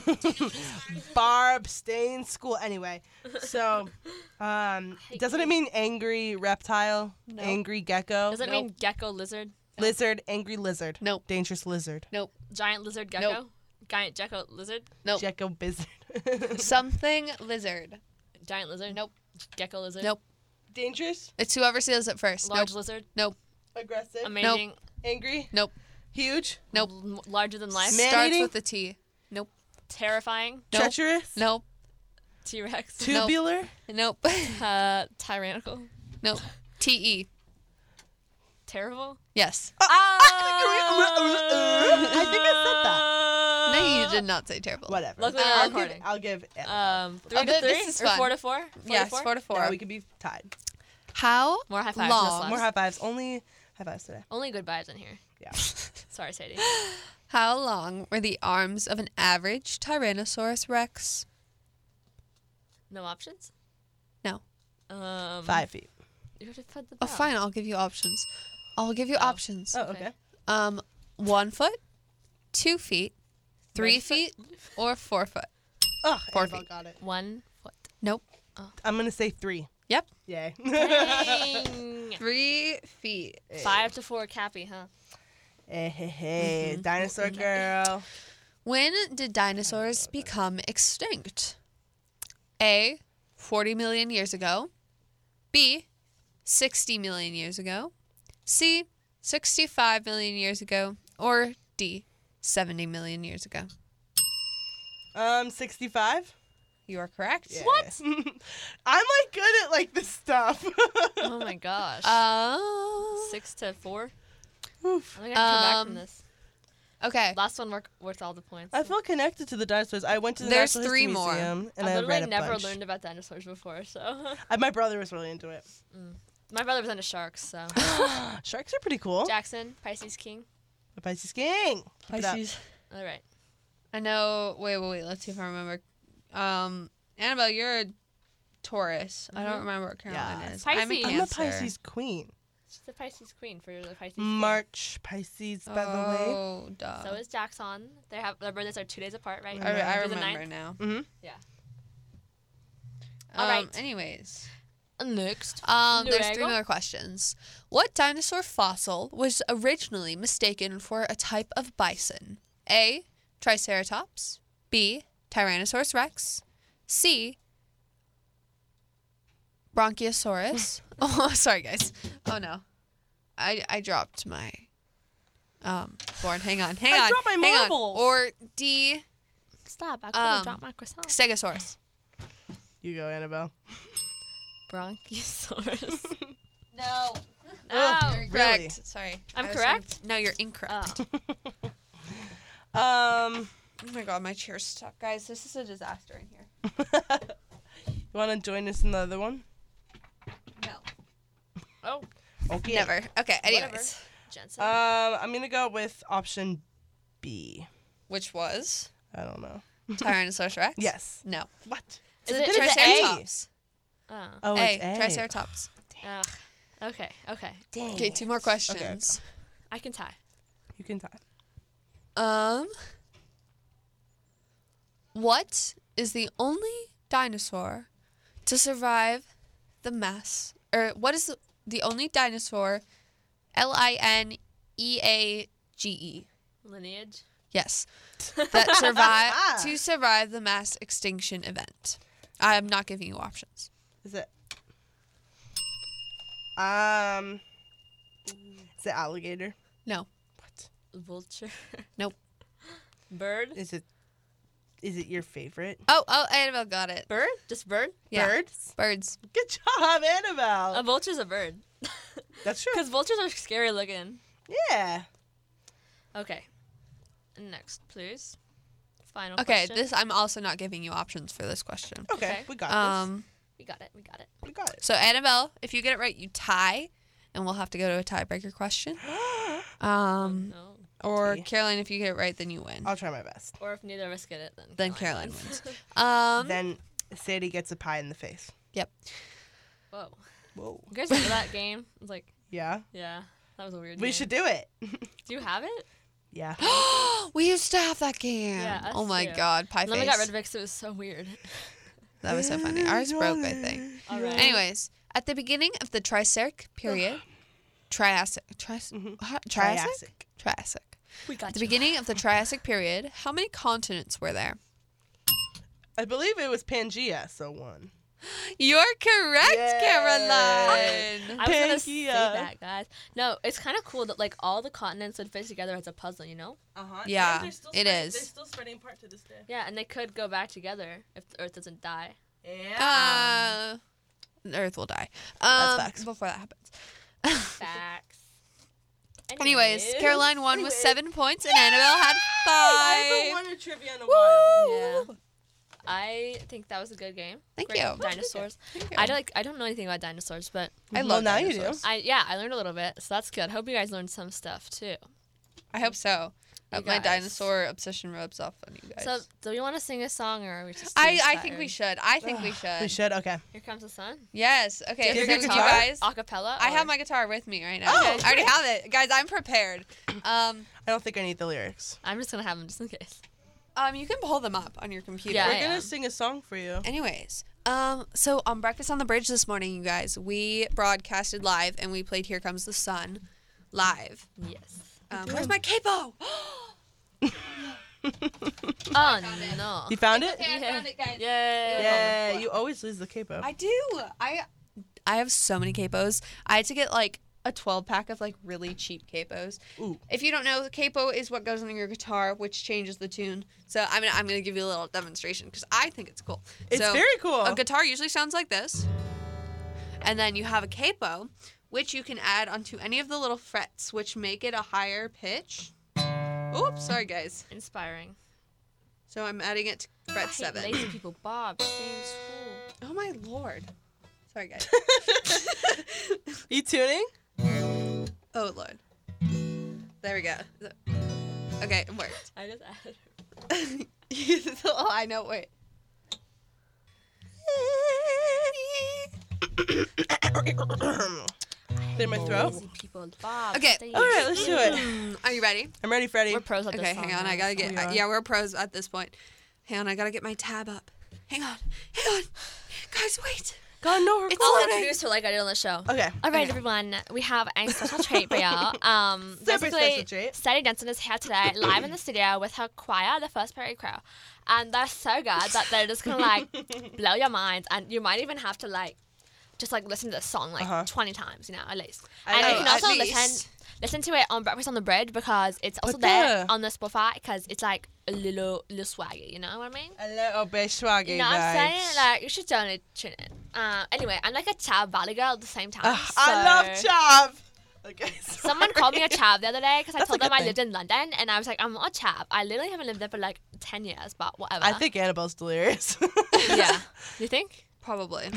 Speaker 5: hard.
Speaker 2: Barb, stay in school anyway. So, um, doesn't it mean angry reptile,
Speaker 4: No.
Speaker 2: angry gecko,
Speaker 3: Does it mean gecko lizard?
Speaker 2: lizard, angry lizard,
Speaker 4: Nope.
Speaker 2: dangerous lizard,
Speaker 4: Nope.
Speaker 3: Giant lizard gecko? Giant gecko lizard?
Speaker 4: Nope.
Speaker 2: gecko bizard,
Speaker 4: Something lizard.
Speaker 3: Giant lizard?
Speaker 4: Nope.
Speaker 3: Gecko lizard?
Speaker 4: Nope.
Speaker 2: dangerous,
Speaker 4: It's whoever says it first.
Speaker 3: Large
Speaker 4: nope.
Speaker 3: lizard?
Speaker 4: Nope.
Speaker 2: aggressive,
Speaker 3: Amazing.
Speaker 2: angry,
Speaker 4: Nope.
Speaker 2: huge,
Speaker 4: Nope.
Speaker 3: l- larger than life?
Speaker 2: Man
Speaker 4: Starts
Speaker 2: eating?
Speaker 4: with a T. Nope.
Speaker 3: Terrifying?
Speaker 4: Nope.
Speaker 2: treacherous,
Speaker 4: Nope.
Speaker 3: T Rex?
Speaker 2: tubular,
Speaker 4: Nope.
Speaker 3: uh, tyrannical?
Speaker 4: nope. T E.
Speaker 3: Terrible? Ah!
Speaker 4: Yes.
Speaker 2: I think I
Speaker 4: No, you did not say terrible.
Speaker 2: said that. Whatever.
Speaker 3: Luckily we're
Speaker 2: I'll, give,
Speaker 3: recording.
Speaker 2: I'll give it.
Speaker 3: Um, three
Speaker 4: Oh,
Speaker 3: to
Speaker 4: th-
Speaker 3: three?
Speaker 4: this is
Speaker 3: or
Speaker 4: fun.
Speaker 3: four to four? four
Speaker 4: yes,
Speaker 3: to
Speaker 4: four to four.
Speaker 2: Now we could be tied.
Speaker 4: How
Speaker 3: More high fives, no
Speaker 4: long?
Speaker 3: slaps.
Speaker 2: More high fives. Only high fives today.
Speaker 3: Only good vibes in here.
Speaker 2: Yeah.
Speaker 3: Sorry, Sadie.
Speaker 4: How long were the arms of an average Tyrannosaurus Rex?
Speaker 3: No options?
Speaker 4: No.
Speaker 3: Um,
Speaker 2: Five feet.
Speaker 3: You have to put the
Speaker 4: Oh,
Speaker 3: bell.
Speaker 4: fine. I'll give you options. I'll give you options.
Speaker 2: Oh,
Speaker 3: Okay.
Speaker 2: okay.
Speaker 4: Um, one foot, two feet, three
Speaker 3: One
Speaker 4: feet, or four foot.
Speaker 2: Oh,
Speaker 4: Four
Speaker 2: Annabelle
Speaker 4: feet.
Speaker 2: got it.
Speaker 3: One foot.
Speaker 4: Nope.
Speaker 2: I'm gonna say three.
Speaker 4: Yep.
Speaker 2: Yay.
Speaker 3: Dang.
Speaker 4: Three feet.
Speaker 3: Five to four, Cappy, huh?
Speaker 2: Hey, hey, hey, dinosaur girl.
Speaker 4: When did dinosaurs become extinct? A. 40 million years ago. B. 60 million years ago. C. 65 million years ago. Or D. 70 million years ago.
Speaker 2: Um, 65.
Speaker 4: You are correct.
Speaker 2: What? I'm like good at like this stuff.
Speaker 3: Oh my gosh.
Speaker 4: Oh.
Speaker 3: Six to four.
Speaker 2: Oof.
Speaker 3: I'm gonna come back
Speaker 4: Um,
Speaker 3: from this.
Speaker 4: okay.
Speaker 3: Last one work, worth all the points.
Speaker 2: I feel connected to the dinosaurs. I went to the
Speaker 4: There's
Speaker 2: Natural
Speaker 4: three
Speaker 2: History
Speaker 4: more.
Speaker 2: Museum and
Speaker 3: I
Speaker 2: I,
Speaker 3: literally
Speaker 2: read a
Speaker 3: never
Speaker 2: bunch.
Speaker 3: learned about dinosaurs before, so
Speaker 2: I- my brother was really into it.
Speaker 3: my brother was into sharks. So
Speaker 2: Sharks are pretty cool.
Speaker 3: Jackson, Pisces King.
Speaker 2: A Pisces gang. Keep it up.
Speaker 3: All right,
Speaker 4: I know. Wait, wait, wait. Let's see if I remember. Um, Annabelle, you're a Taurus. I don't remember what Caroline
Speaker 2: Yeah.
Speaker 4: is. I'm a
Speaker 3: Pisces.
Speaker 2: I'm a
Speaker 4: Cancer.
Speaker 2: Pisces queen.
Speaker 3: she's the Pisces Queen for the Pisces. King.
Speaker 2: March Pisces, by the way.
Speaker 4: Oh, duh.
Speaker 3: So is Jackson. They have their birthdays are two days apart, right?
Speaker 4: I, I
Speaker 3: Through the
Speaker 4: remember
Speaker 3: ninth.
Speaker 4: now.
Speaker 3: All
Speaker 4: um,
Speaker 3: right.
Speaker 4: Anyways,
Speaker 3: Next.
Speaker 4: um, there's three
Speaker 3: Luego.
Speaker 4: more questions. What dinosaur fossil was originally mistaken for a type of bison? A. Triceratops. B. Tyrannosaurus Rex. C. Bronchiosaurus. oh, sorry guys. Oh no, I I dropped my um born. Hang on, hang
Speaker 2: I
Speaker 4: on,
Speaker 2: dropped my
Speaker 4: hang on.
Speaker 2: marbles.
Speaker 4: Or D.
Speaker 3: Stop! I
Speaker 4: um,
Speaker 3: couldn't drop my croissant.
Speaker 4: Stegosaurus.
Speaker 2: You go, Annabelle.
Speaker 3: Bronchiosaurus.
Speaker 4: No.
Speaker 3: oh,
Speaker 4: You're
Speaker 2: Really?
Speaker 4: correct. Sorry.
Speaker 3: I'm
Speaker 4: I was
Speaker 3: correct?
Speaker 4: thinking- No, you're incorrect.
Speaker 3: oh.
Speaker 2: Um,
Speaker 4: Oh my god, my chair's stuck. Guys, this is a disaster in here.
Speaker 2: you want to join us in the other one?
Speaker 4: No.
Speaker 3: oh,
Speaker 2: Okay.
Speaker 4: Never. Okay, anyways.
Speaker 3: Whatever. Uh, Jensen.
Speaker 2: Um, I'm gonna go with option B.
Speaker 4: Which was
Speaker 2: I don't know.
Speaker 4: Tyrannosaurus Rex?
Speaker 2: Yes.
Speaker 4: No.
Speaker 2: What?
Speaker 3: Is
Speaker 4: The
Speaker 3: it- is it
Speaker 4: Triceratops.
Speaker 3: oh.
Speaker 2: Oh,
Speaker 4: A.
Speaker 2: it's A.
Speaker 4: Triceratops.
Speaker 3: Ugh. Oh. Okay. Okay.
Speaker 2: Dang
Speaker 4: Okay,
Speaker 2: it.
Speaker 4: two more questions.
Speaker 3: I can tie.
Speaker 2: You can tie.
Speaker 4: Um What is the only dinosaur to survive the mass or what is the, the only dinosaur? L I N E A G E.
Speaker 3: Lineage.
Speaker 4: Yes, that
Speaker 2: Ah.
Speaker 4: survived to survive the mass extinction event. I'm not giving you options.
Speaker 2: Is it? Um. Is it alligator?
Speaker 4: No.
Speaker 2: What?
Speaker 3: Vulture.
Speaker 4: Nope.
Speaker 3: Bird.
Speaker 2: Is it? Is it your favorite?
Speaker 4: Oh, oh, Annabelle got it.
Speaker 3: Bird? Just bird?
Speaker 4: Yeah. Um,
Speaker 2: Birds.
Speaker 4: Birds.
Speaker 2: Good job, Annabelle.
Speaker 3: A vulture's a bird.
Speaker 2: That's true.
Speaker 3: Because vultures are scary looking.
Speaker 2: Yeah.
Speaker 3: Okay. Next, please. Final
Speaker 4: Okay,
Speaker 3: question.
Speaker 4: this I'm also not giving you options for this question.
Speaker 2: Okay,
Speaker 3: Okay.
Speaker 2: we got
Speaker 4: Um,
Speaker 3: We got it. We got it.
Speaker 2: this. We got it.
Speaker 4: so Annabelle, if you get it right, you tie, and we'll have to go to a tiebreaker question. Um,
Speaker 3: Oh, No.
Speaker 4: or
Speaker 2: Tea.
Speaker 4: Caroline, if you get it right, then you win.
Speaker 2: I'll try my best.
Speaker 3: Or if neither of us get it, then.
Speaker 4: Then Caroline wins. Um,
Speaker 2: Then Sadie gets a pie in the face.
Speaker 4: yep.
Speaker 3: Whoa.
Speaker 2: Whoa.
Speaker 3: You guys remember that game? It was like,
Speaker 2: Yeah.
Speaker 3: yeah, that was a weird.
Speaker 2: We
Speaker 3: game.
Speaker 2: should do it.
Speaker 3: Do you have it?
Speaker 2: yeah.
Speaker 4: we used to have that game.
Speaker 3: Yeah, us
Speaker 4: oh my
Speaker 3: too.
Speaker 4: god, pie
Speaker 3: And then we
Speaker 4: face.
Speaker 3: got rid of it because it was so weird.
Speaker 4: that was so funny. Ours broke, I think.
Speaker 3: All right.
Speaker 4: Anyways, at the beginning of the Triassic period, Triassic, Trias- huh? Triassic,
Speaker 2: Triassic.
Speaker 4: Triassic.
Speaker 3: we
Speaker 4: At
Speaker 3: got
Speaker 4: the beginning of the Triassic period, how many continents were there?
Speaker 2: I believe it was Pangea, so one.
Speaker 4: You're correct,
Speaker 2: Yay.
Speaker 4: Caroline.
Speaker 3: I was gonna
Speaker 2: Pangea.
Speaker 3: say that, guys. No, it's kind of cool that like all the continents would fit together as a puzzle, you know?
Speaker 2: Uh-huh.
Speaker 4: Yeah, they're still it spreading- is. they're
Speaker 2: still spreading apart to this day.
Speaker 3: Yeah, and they could go back together if the Earth doesn't die.
Speaker 4: Uh, the Earth will die. Um,
Speaker 2: facts.
Speaker 4: Before that happens.
Speaker 3: Facts.
Speaker 4: Anyways, Caroline won with seven points, and Annabelle had five.
Speaker 2: won a trivia in a while.
Speaker 3: Yeah. I think that was a good game.
Speaker 4: Thank
Speaker 3: Great
Speaker 4: you.
Speaker 3: Dinosaurs.
Speaker 4: Thank you.
Speaker 3: I like. I don't know anything about dinosaurs, but
Speaker 4: I
Speaker 2: Well,
Speaker 4: love
Speaker 2: now you do.
Speaker 4: dinosaurs.
Speaker 3: I yeah, I learned a little bit, so that's good. Hope you guys learned some stuff too.
Speaker 4: I hope so.
Speaker 3: You
Speaker 4: Hope my
Speaker 3: guys.
Speaker 4: dinosaur obsession rubs off on you guys.
Speaker 3: So, do you want to sing a song or are we just?
Speaker 4: I,
Speaker 3: too
Speaker 4: I think we should.
Speaker 3: inspired?
Speaker 4: I think we should.
Speaker 2: We should. Okay.
Speaker 3: Here comes the sun.
Speaker 4: Yes. Okay.
Speaker 2: Do you
Speaker 4: Here
Speaker 2: have your
Speaker 4: comes you
Speaker 2: guitar?
Speaker 4: guys.
Speaker 3: Acapella.
Speaker 4: I have
Speaker 3: or-
Speaker 4: my guitar with me right now.
Speaker 2: Oh,
Speaker 4: I already have it, guys. I'm prepared. Um,
Speaker 2: I don't think I need the lyrics.
Speaker 3: I'm just gonna have them just in case.
Speaker 4: um, you can pull them up on your computer.
Speaker 3: Yeah,
Speaker 2: We're
Speaker 3: I
Speaker 2: gonna
Speaker 3: am.
Speaker 2: sing a song for you.
Speaker 4: Anyways, um, so on Breakfast on the Bridge this morning, you guys, we broadcasted live and we played "Here Comes the Sun" live.
Speaker 3: Yes.
Speaker 4: Um, where's my capo?
Speaker 3: Oh no.
Speaker 2: You found it?
Speaker 4: I found it, guys.
Speaker 3: Yay.
Speaker 2: Yeah. You always lose the capo.
Speaker 4: I do. I I have so many capos. I had to get like a 12 pack of like really cheap capos.
Speaker 2: Ooh.
Speaker 4: If you don't know, the capo is what goes on your guitar, which changes the tune. So I'm gonna, I'm gonna give you a little demonstration because I think it's cool.
Speaker 2: It's
Speaker 4: So
Speaker 2: very cool.
Speaker 4: A guitar usually sounds like this, and then you have a capo, which you can add onto any of the little frets, which make it a higher pitch. Oops, sorry guys.
Speaker 3: Inspiring.
Speaker 4: So I'm adding it to
Speaker 3: I
Speaker 4: fret
Speaker 3: hate
Speaker 4: seven.
Speaker 3: Lazy people. Bob. Same school.
Speaker 4: Oh my lord. Sorry guys.
Speaker 2: you tuning?
Speaker 4: Oh lord. There we go. Okay, it worked.
Speaker 3: I just added.
Speaker 4: oh, I know. Wait.
Speaker 2: Clear my throat.
Speaker 3: Lazy people. Bob.
Speaker 4: Okay,
Speaker 3: Same
Speaker 2: All right, let's do it.
Speaker 4: Mm, Are you ready?
Speaker 2: I'm ready, Freddie.
Speaker 3: We're pros at this
Speaker 4: Okay,
Speaker 3: song,
Speaker 4: hang on. I gotta
Speaker 3: guys.
Speaker 4: get.
Speaker 2: We are.
Speaker 4: yeah, we're pros at this point. Hang on, I gotta get my tab up. Hang on, hang on, guys, wait.
Speaker 2: God, no, we're
Speaker 3: It's all
Speaker 2: calling.
Speaker 3: introduced her like I did on the show.
Speaker 2: Okay.
Speaker 3: All right,
Speaker 4: Okay.
Speaker 3: everyone. We have a special treat for y'all. Um,
Speaker 2: Super special
Speaker 3: basically,
Speaker 2: treat.
Speaker 3: Sadie Denson is here today, live in the studio with her choir, the First Prairie Crow, and they're so good that they're just gonna like blow your minds, and you might even have to like just like listen to the song like
Speaker 2: Uh-huh.
Speaker 3: twenty times, you know, at least.
Speaker 2: I
Speaker 3: and
Speaker 2: know,
Speaker 3: you can
Speaker 2: at
Speaker 3: also
Speaker 4: least.
Speaker 3: listen listen to it on Breakfast on the Bridge because it's also
Speaker 2: But
Speaker 3: there
Speaker 2: yeah.
Speaker 3: on the Spotify because it's like a little little swaggy. You know what I mean?
Speaker 2: A little bit swaggy,
Speaker 3: You know what I'm saying? Like, you should totally tune in. Uh, anyway, I'm like a Chab Valley girl at the same time.
Speaker 2: Ugh, I love
Speaker 3: so-
Speaker 2: Chop. Okay.
Speaker 3: Someone called me a
Speaker 2: sorry.
Speaker 3: chab the other day because I
Speaker 2: That's a
Speaker 3: told them
Speaker 2: good
Speaker 3: I
Speaker 2: thing.
Speaker 3: lived in London, and I was like, I'm not a chab. I literally haven't lived there for like ten years, but whatever.
Speaker 2: I think Annabelle's delirious.
Speaker 3: yeah. you think?
Speaker 4: Probably.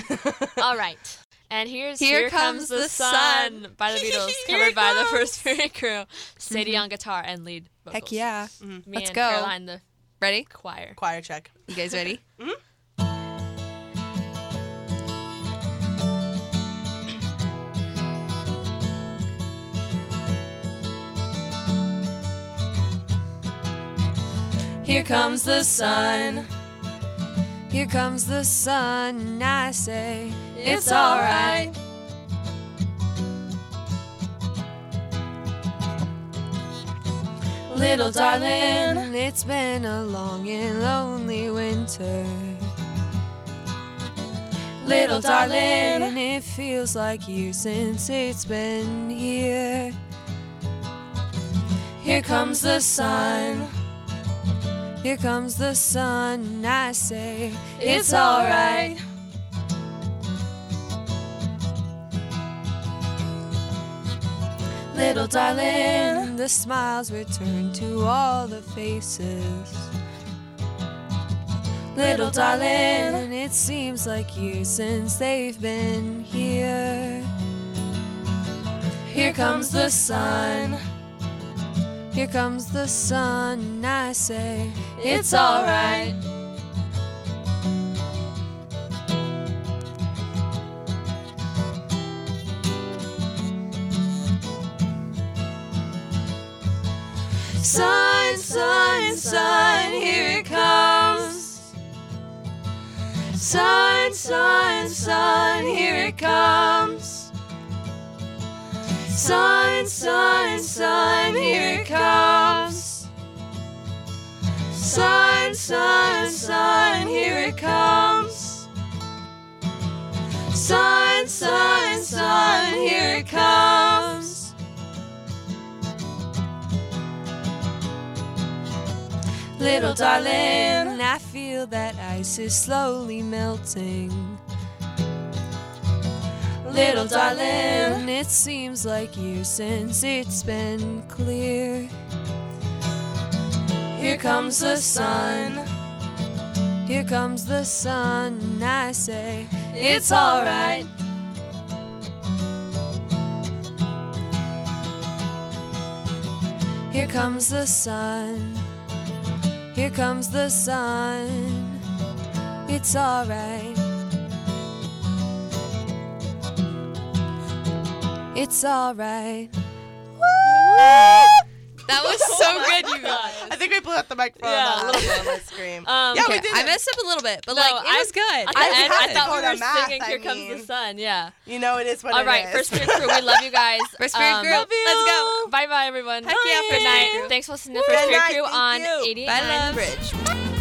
Speaker 3: All right. And here's
Speaker 4: Here Comes the Sun.
Speaker 3: by the Beatles,
Speaker 2: Here
Speaker 3: covered
Speaker 2: it
Speaker 3: by the
Speaker 2: comes.
Speaker 3: First Fury Crew. Sadie on guitar and lead
Speaker 4: Mm-hmm.
Speaker 3: vocals.
Speaker 4: Heck yeah.
Speaker 3: Me
Speaker 4: Let's
Speaker 3: and
Speaker 4: go.
Speaker 3: Caroline the
Speaker 4: Mm, Ready?
Speaker 3: choir.
Speaker 2: Choir check.
Speaker 4: You guys ready? Here comes the sun. Here comes the sun. I say it's alright.
Speaker 2: Little darling.
Speaker 4: It's been a long and lonely winter.
Speaker 2: Little darling.
Speaker 4: It feels like years since it's been here. Here comes the sun. Here comes the sun. I say, it's alright. Little darling, the smiles return to all the faces. Little darling, it seems like years since they've been here. Here comes the sun. Here comes the sun. I say, it's alright. Sun, sun, sun, here it comes. Sun, sun, sun, here it comes. Sun, sun, sun, here it comes. Sun, sun, sun, here it comes. Sun, sun, sun, here it comes. Little darling, I feel that ice is slowly melting. Little darling, it seems like years since it's been clear. Here comes the sun. Here comes the sun. I say, it's alright. Here comes the sun. Here comes the sun. It's alright. It's alright.
Speaker 3: That was so good, you guys.
Speaker 2: I think we blew out the microphone.
Speaker 3: Yeah,
Speaker 2: on that
Speaker 3: a little
Speaker 2: one. Let's scream.
Speaker 3: Um,
Speaker 2: yeah, we
Speaker 4: Okay,
Speaker 2: did.
Speaker 4: I
Speaker 2: it.
Speaker 4: messed up a little bit, but
Speaker 3: No,
Speaker 4: like it
Speaker 3: I-
Speaker 4: was good.
Speaker 3: At the
Speaker 4: I,
Speaker 2: was
Speaker 3: end, I
Speaker 2: having
Speaker 3: thought we
Speaker 2: photo
Speaker 3: were
Speaker 2: math,
Speaker 3: singing
Speaker 2: I
Speaker 3: "Here Comes
Speaker 2: mean.
Speaker 3: the Sun." Yeah.
Speaker 2: you know it is what
Speaker 3: All
Speaker 2: it
Speaker 3: right,
Speaker 2: is.
Speaker 3: first spirit crew, we love you guys. Um,
Speaker 4: First Spirit Crew,
Speaker 3: let's
Speaker 4: Love
Speaker 3: go. Bye bye, everyone.
Speaker 4: Heck yeah, First
Speaker 3: good
Speaker 4: Spirit
Speaker 3: night.
Speaker 4: Crew.
Speaker 3: Thanks for listening to
Speaker 2: Woo.
Speaker 3: First
Speaker 2: Good
Speaker 3: Spirit
Speaker 2: night,
Speaker 3: Crew
Speaker 2: thank
Speaker 3: on
Speaker 2: you.
Speaker 3: 88
Speaker 4: Bye, love.
Speaker 3: Bridge.